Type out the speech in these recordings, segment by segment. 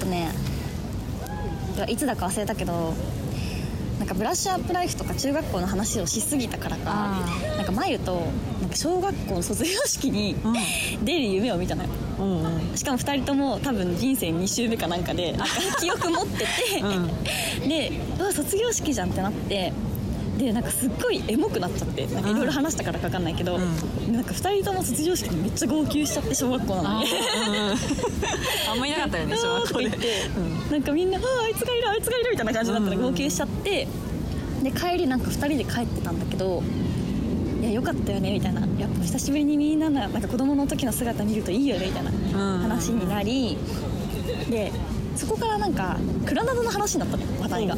とねいつだか忘れたけどなんかブラッシュアップライフとか中学校の話をしすぎたからかあなんか眉となんか小学校の卒業式に出る夢を見たのようんうんしかも2人とも多分人生2周目かなんかで記憶持ってて、で うわ卒業式じゃんってなってでなんかすっごいエモくなっちゃってなんかいろいろ話したからか分かんないけど、なんか2人とも卒業式でめっちゃ号泣しちゃって小学校なのに。あんまいなかったよね小学校でとか言って、なんかみんな「あーあいつがいるあいつがいる」みたいな感じだったら号泣しちゃって、で帰りなんか2人で帰ってたんだけど「いやよかったよね」みたいな「やっぱ久しぶりにみんなのなんか子供の時の姿見るといいよね」みたいな話になり、でそこからなんかグラナドの話になったのよ話題が。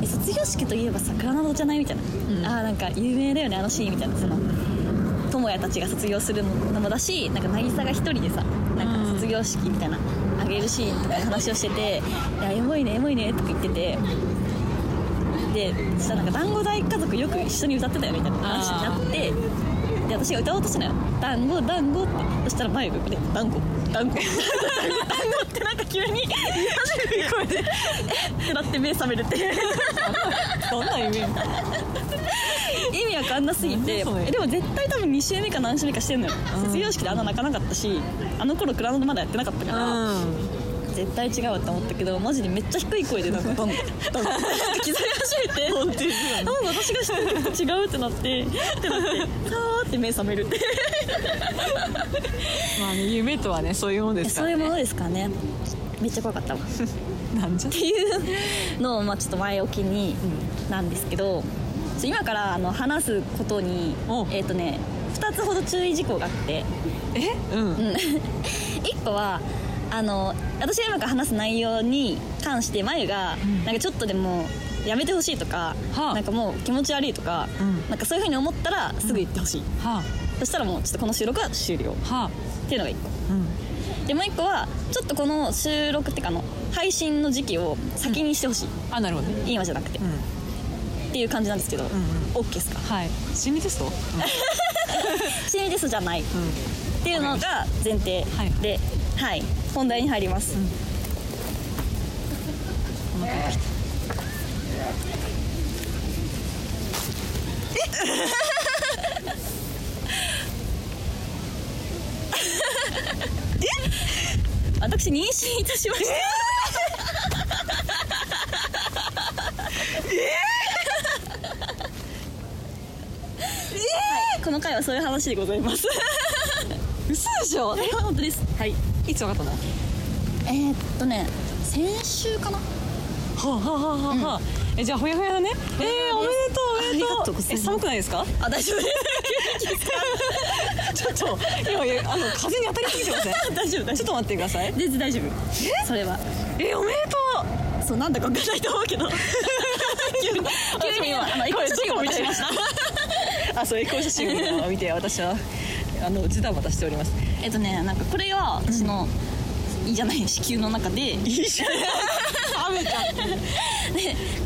え卒業式といえばさグラナドじゃないみたいな、ああーなんか有名だよねあのシーンみたいなその友也たちが卒業するのもだしなんか渚が一人でさなんか卒業式みたいなあげるシーンとかの話をしてて「いやエモいねエモいね」とか言っててでそしたらなんか団子大家族よく一緒に歌ってたよみたいな話になってで私が歌おうとしたのよ「団子団子」ってそしたら前がこれ「団子団子」ってなんか急に 声でってなって目覚めるっていうどんな夢みたいな意味わかんなすぎてなんだそれえでも絶対多分2週目か何週目かしてんのよ、卒業式であんな泣かなかったしあの頃クラウドまだやってなかったから、絶対違うわって思ったけどマジでめっちゃ低い声でなんかドンドンドンって刻み始めて本当に私が知ってる時と違うってなってってなってさーって目覚めるってまあね夢とはねそういうもんですかそうらいうもねのですかねめっちゃ怖かったわなんじゃっていうのを、まあ、ちょっと前置きになんですけど、ちょ今からあの話すことにおえっ、とね2つほど注意事項があってえうん1個はあの私が今から話す内容に関してまゆが、なんかちょっとでもやめてほしいとか、はあなんかもう気持ち悪いとか、うんなんかそういうふうに思ったらすぐ言ってほしい、はそしたらもうちょっとこの収録は終了あはあっていうのが1個うんでもう1個はちょっとこの収録っていうかあの配信の時期を先にしてほしい、あなるほどね今じゃなくてう、んっていう感じなんですけど、オッケーですかはい心理テスト心理テストじゃないっうんうんていうのが前提はいで、はい本題に入ります、 私妊娠いたしましたはいこの回はそういう話でございます嘘でしょ本当ですはいいつ分かったのえー、っとね先週かなはあはあはあはあ、えじゃあほやほやだねえー、おめでとうおめでとうありがとうございますえ寒くないですかあ 大丈夫ですちょっと今いやあの風に当たりすぎてません 大丈夫大ち丈ょっと待ってください夫全然大丈夫それはえー、おめでとうそうなんだか分かんないと思うけ ど急に急にあの一個写真を渡しましたあそうエコー写真を見て私はあのジタバタしておりますえっとねなんかこれが私の、いいじゃない子宮の中 でいいじゃん食べちゃっ で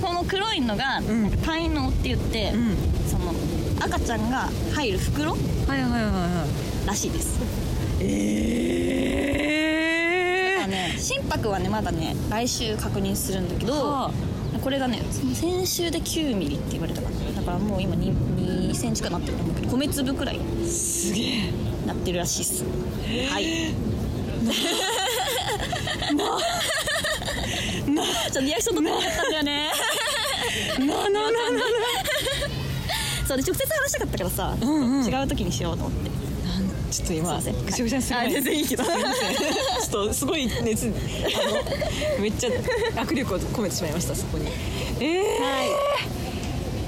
この黒いのがんなんか胎嚢って言って、んその赤ちゃんが入る袋たはいはいはいはらしいです、いえあのー、ね、心拍はねまだね来週確認するんだけど、はこれがね先週で9ミリって言われたからだからもう今 2, 2センチくなってると思うけど米粒くらいにすげえなってるらしいっすはいなちょっとリアクション取ってなかったんだよねなななななそうで直接話したかったからさ、んうん違う時にしようと思ってちょっと今すいませんぐちゃぐちゃにする前にあ全然いいけどすませんちょっとすごい熱あのめっちゃ握力を込めてしまいましたそこにえ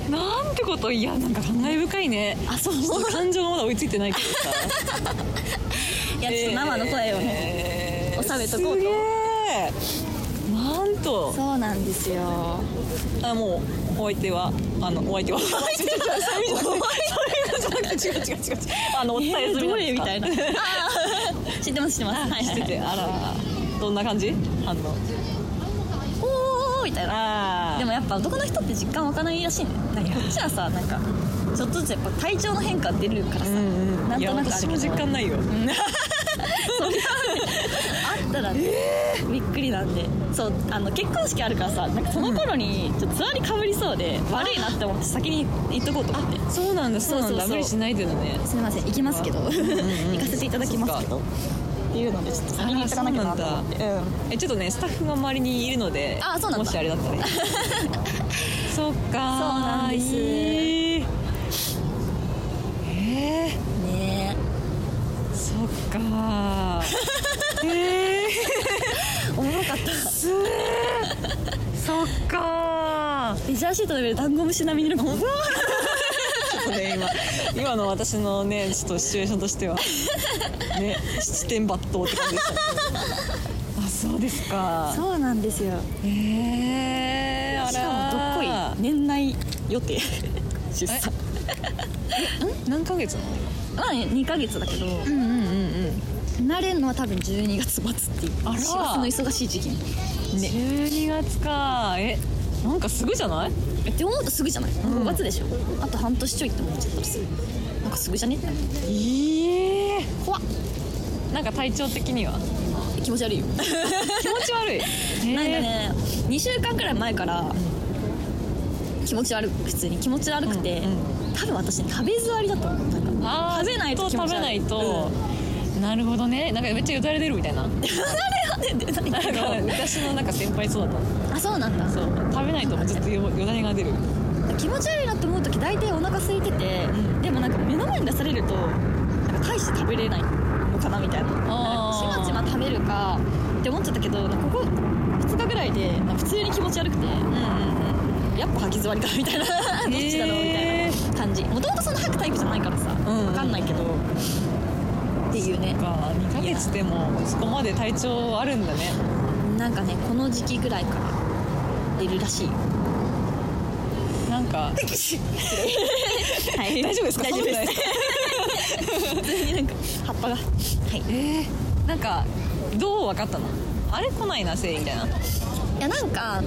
ー、なんてこといやなんか感慨深いねあそう感情がまだ追いついてないけどさいやちょっと生の声をね、ね収めとこうとすげえなんとそうなんですよあもうお相手はあのお相手 は違う違う違う違う違う違う違う違うあのお伝えするどれみたいな知ってます知ってますはいしはいてはいてあらどんな感じ反応おーおーおーみたいなあでもやっぱ男の人って実感湧かないらしいねなんかこっちはさなんかちょっとずつやっぱ体調の変化出るからさ、うんうんなんいやとなくあるけ私ども実感ないよ、あったらね、びっくりなんでそうあの結婚式あるからさなんかその頃にちょっとつわりかぶりそうで、悪いなって思って先に行っとこうと思ってそうなんだそうなんそうそうだそう無理しないでだねすみません行きますけど、ん行かせていただきますけどっていうのでちょっと先に行っとかなきゃなと思ってうんえちょっとねスタッフが周りにいるのであそうなんだもしあれだ ったらそっかそうなんですええねー、そっか えええおもろかった すげえそっかレジャーシートの上でダンゴムシ並みにいるのうわちょっとね今今の私のねちょっとシチュエーションとしてはね七点抜刀って感じでした、ね、あそうですかーそうなんですよええー、あらしかもどっこい年内予定 出産い何ヶ月なのまあ2ヶ月だけどうんうんうんうん慣れるのは多分12月末っていうあら師走の忙しい時期にね、12月かえなんかすごいじゃないって思うとすぐじゃない、ん5月でしょあと半年ちょいって思っちゃったらすぐなんかすぐじゃねってなってええ怖っなんか体調的に は気持ち悪いよ気持ち悪いなんかえね2週間くらい前から気持ち悪く普通に気持ち悪くて、うんう多分私ね食べ座りだと思うなんかあー食べないとずっ食べないと、なるほどねなんかめっちゃよだれ出るみたい なないなんけかど昔のなんか先輩そうだったあそうなんだそう食べないともうずっとよよだれが出る気持ち悪いなって思う時大体お腹空いてて、でもなんか目の前に出されるとなんか大して食べれないのかなみたいなあーなんかちまちま食べるかって思っちゃったけどなんかここ2日ぐらいでなんか普通に気持ち悪くてうんうんやっぱ吐き座りかみたいなどっちだろうみたへいな感じもともとそんな吐くタイプじゃないからさ、んわかんないけどっていうねうんか2ヶ月でもそこまで体調あるんだねなんかねこの時期ぐらいから出るらしいよなんかはい大丈夫です か大丈夫です寒くないですか普通になんか葉っぱがはいえー、なんかどう分かったのあれ来ないな生理みたいないやなんか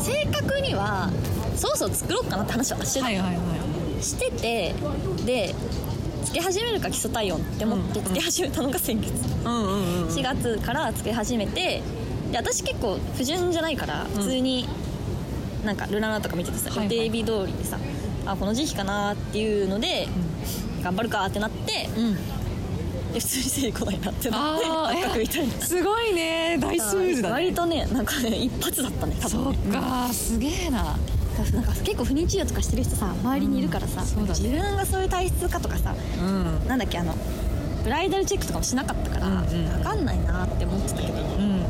正確にはソースを作ろうかなって話をして,、はいはいはいしててでつけ始めるか基礎体温って思ってうんつけ始めたのが先月、うんうんうん4月からつけ始めてで私結構不純じゃないから普通になんかルナナとか見ててさ、はいはい予定日通りでさあこの時期かなっていうので、頑張るかってなってうんで普通に生理来ないなってなってあー圧迫みたいなすごいね大スムーズだね割とねなんかね一発だったね多分そっかすげえななんか結構不妊治療とかしてる人さ周りにいるからさ、うんそうだね自分がそういう体質かとかさうんなんだっけあのブライダルチェックとかもしなかったから、うんうん分かんないなって思ってたけどうん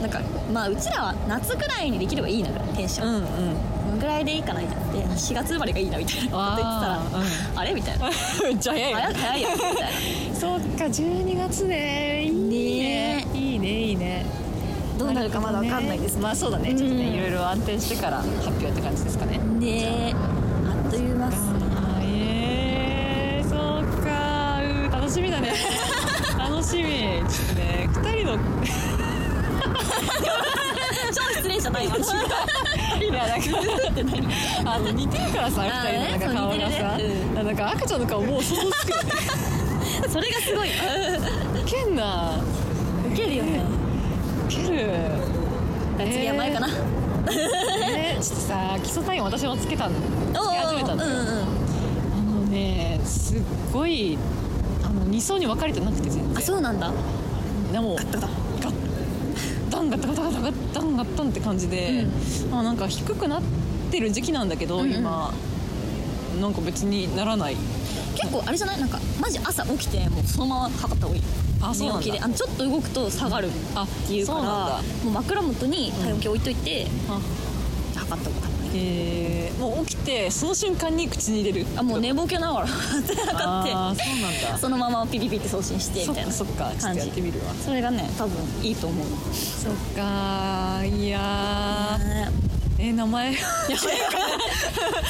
なんかまあうちらは夏ぐらいにできればいいのよテンショうン、んうんこのぐらいでいいかなみたいなで4月生まれがいいなみたいなこと言ってたらあーあ,、れみたいなめっちゃ 早い早い早いよみたいなそっか12月ねいいねいいねいいねどうなるかまだ分かんないですねまあそうだねちょっとうんねいろいろ安定してから発表って感じですかねねえあっという間 っすあえー、そっかうー楽しみだ ね楽しみちょっとね2人の超失礼じゃないわいやなんかあの似てるからさあーね2人のなんか顔がさ、そう似てるねなんか赤ちゃんの顔もう想像つくよ ねそれがすごい ウケんなウケるよねウケる次は前かな、えーえーちょっとさ基礎体温私もつけたのつけ始めたの、うんうんあのねすっごいあの2層に分かれてなくて全然あそうなんだでもただガッダンガッタガタガタガッダンガッタンって感じで、あなんか低くなってる時期なんだけど、うんうん今なんか別にならない結構あれじゃないなんかマジ朝起きてもうそのまま測った方がいいあそうなんだ寝起きであのちょっと動くと下がるあっていうからそうなんだもう枕元に体温計置いといて、あ測った方がいいえー、もう起きてその瞬間に口に入れるあもう寝ぼけながら 測っあーそうなんてだそのままピピピって送信してそみったいかなそっかちょっ感とじやってみるわそれがね多分いいと思うそっかいやねーえー名前やばいから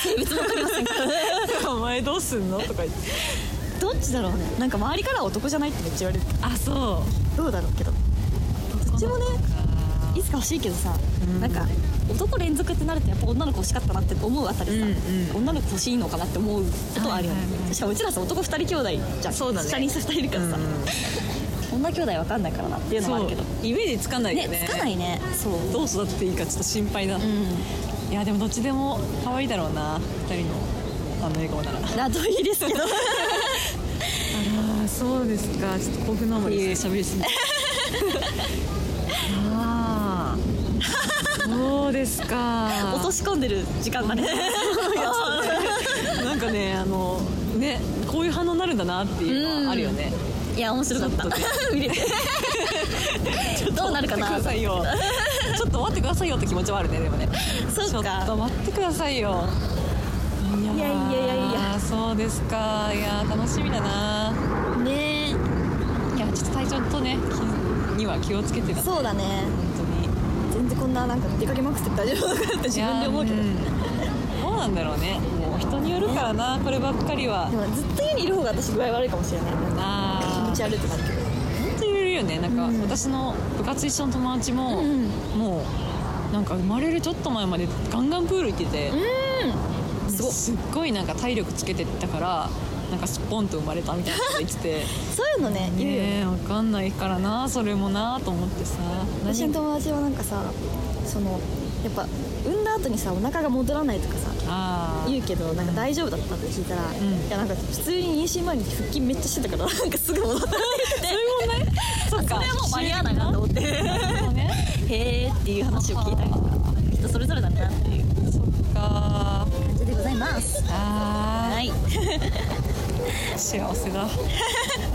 生物わかりませんから名前どうすんのとか言ってどっちだろうねなんか周りからは男じゃないってめっちゃ言われるあそどうだろうけどうどっちもねあいつか欲しいけどさ、うんなんか男連続ってなるとやっぱ女の子欲しかったなって思うあたりさ、うんうん女の子欲しいのかなって思うことはあるよね、はいはいはいしかもうちらさ男2人兄弟じゃんそうだね下に2人いるからさ、ーうん女兄弟わかんないからなっていうのもあるけどそうイメージつかないよねねつかないねそうどう育てていいかちょっと心配だ、うんいやでもどっちでも可愛いだろうな2人のあの笑顔なら謎いいですけどああそうですかちょっと興奮のあまり喋りすぎ ああそうです か落とし込んでる時間がねなんかねあのねこういう反応になるんだなっていうのはあるよねいや面白かった見れてどうなるか待なってくださ いよちょっと待ってくださいよって気持ちはあるねでもねちそょうっかと待ってくださいよいやーいやいやいやいやそうですかいやー楽しみだなねいやちょっと体調とね気には気をつけてだそうだね本当全に然こんななんか出かけまくって大丈夫かって自分で思うけどいやでーうんどうなんだろうねもう人によるからなこればっかりはもずっと家にいる方が私具合悪いかもしれないあ気持ーち悪くなるけど本当にいるよねなんか、うん私の部活一緒の友達も、うんもうなんか生まれるちょっと前までガンガンプール行ってて、すすごごっすっごいなんか体力つけてったからなんかすっぽんと生まれたみたいなこと言って てそういうのねいるよねねえわかんないからなそれもなと思ってさ私の友達はなんかさそのやっぱ産んだ後にさお腹が戻らないとかさあー言うけどなんか大丈夫だったって聞いたら、んいやなんか普通に妊娠前に腹筋めっちゃしてたからなんかすぐ戻ったそれもねそっかそれはもう間に合わないなと思って へなるほどねえっていう話を聞いたりとか 人それぞれだなっていうそっか感じでございますあーはい幸 せだ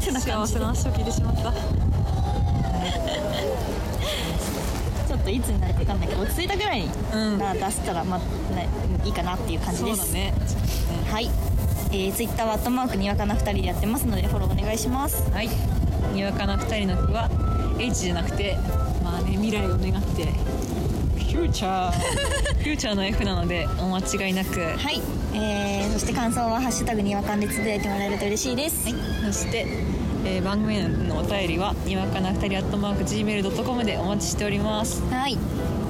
てな感幸じでせな話を聞いてしまったちょっといつになるか分かんないけど落ち着いたぐらいに、うんまあ、出せたら、まあ、ないいかなっていう感じそでうだすねちょっとねはい、えー、ツイッターはアットマークにわかな2人でやってますのでフォローお願いしますはいにわかな二人の句は H じゃなくてまあね未来を願ってフューチャー フューチャーの F なのでお間違いなくはい、えー、そして感想は「ハッシュタグにわかん」でつぶやいてもらえると嬉しいです、そして、えー番組へのお便りはにわかな二人アットマーク Gmail.com でお待ちしておりますはい、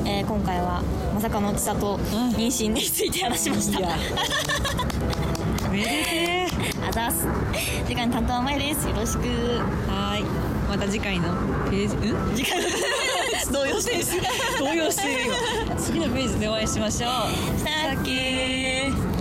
えー今回はまさかのちさと妊娠について話しました、いやめでてーあざっす次回の担当はまゆですよろしくはーいまた次回のページん次回の動揺してる 動揺している今次のページでお会いしましょうさっきー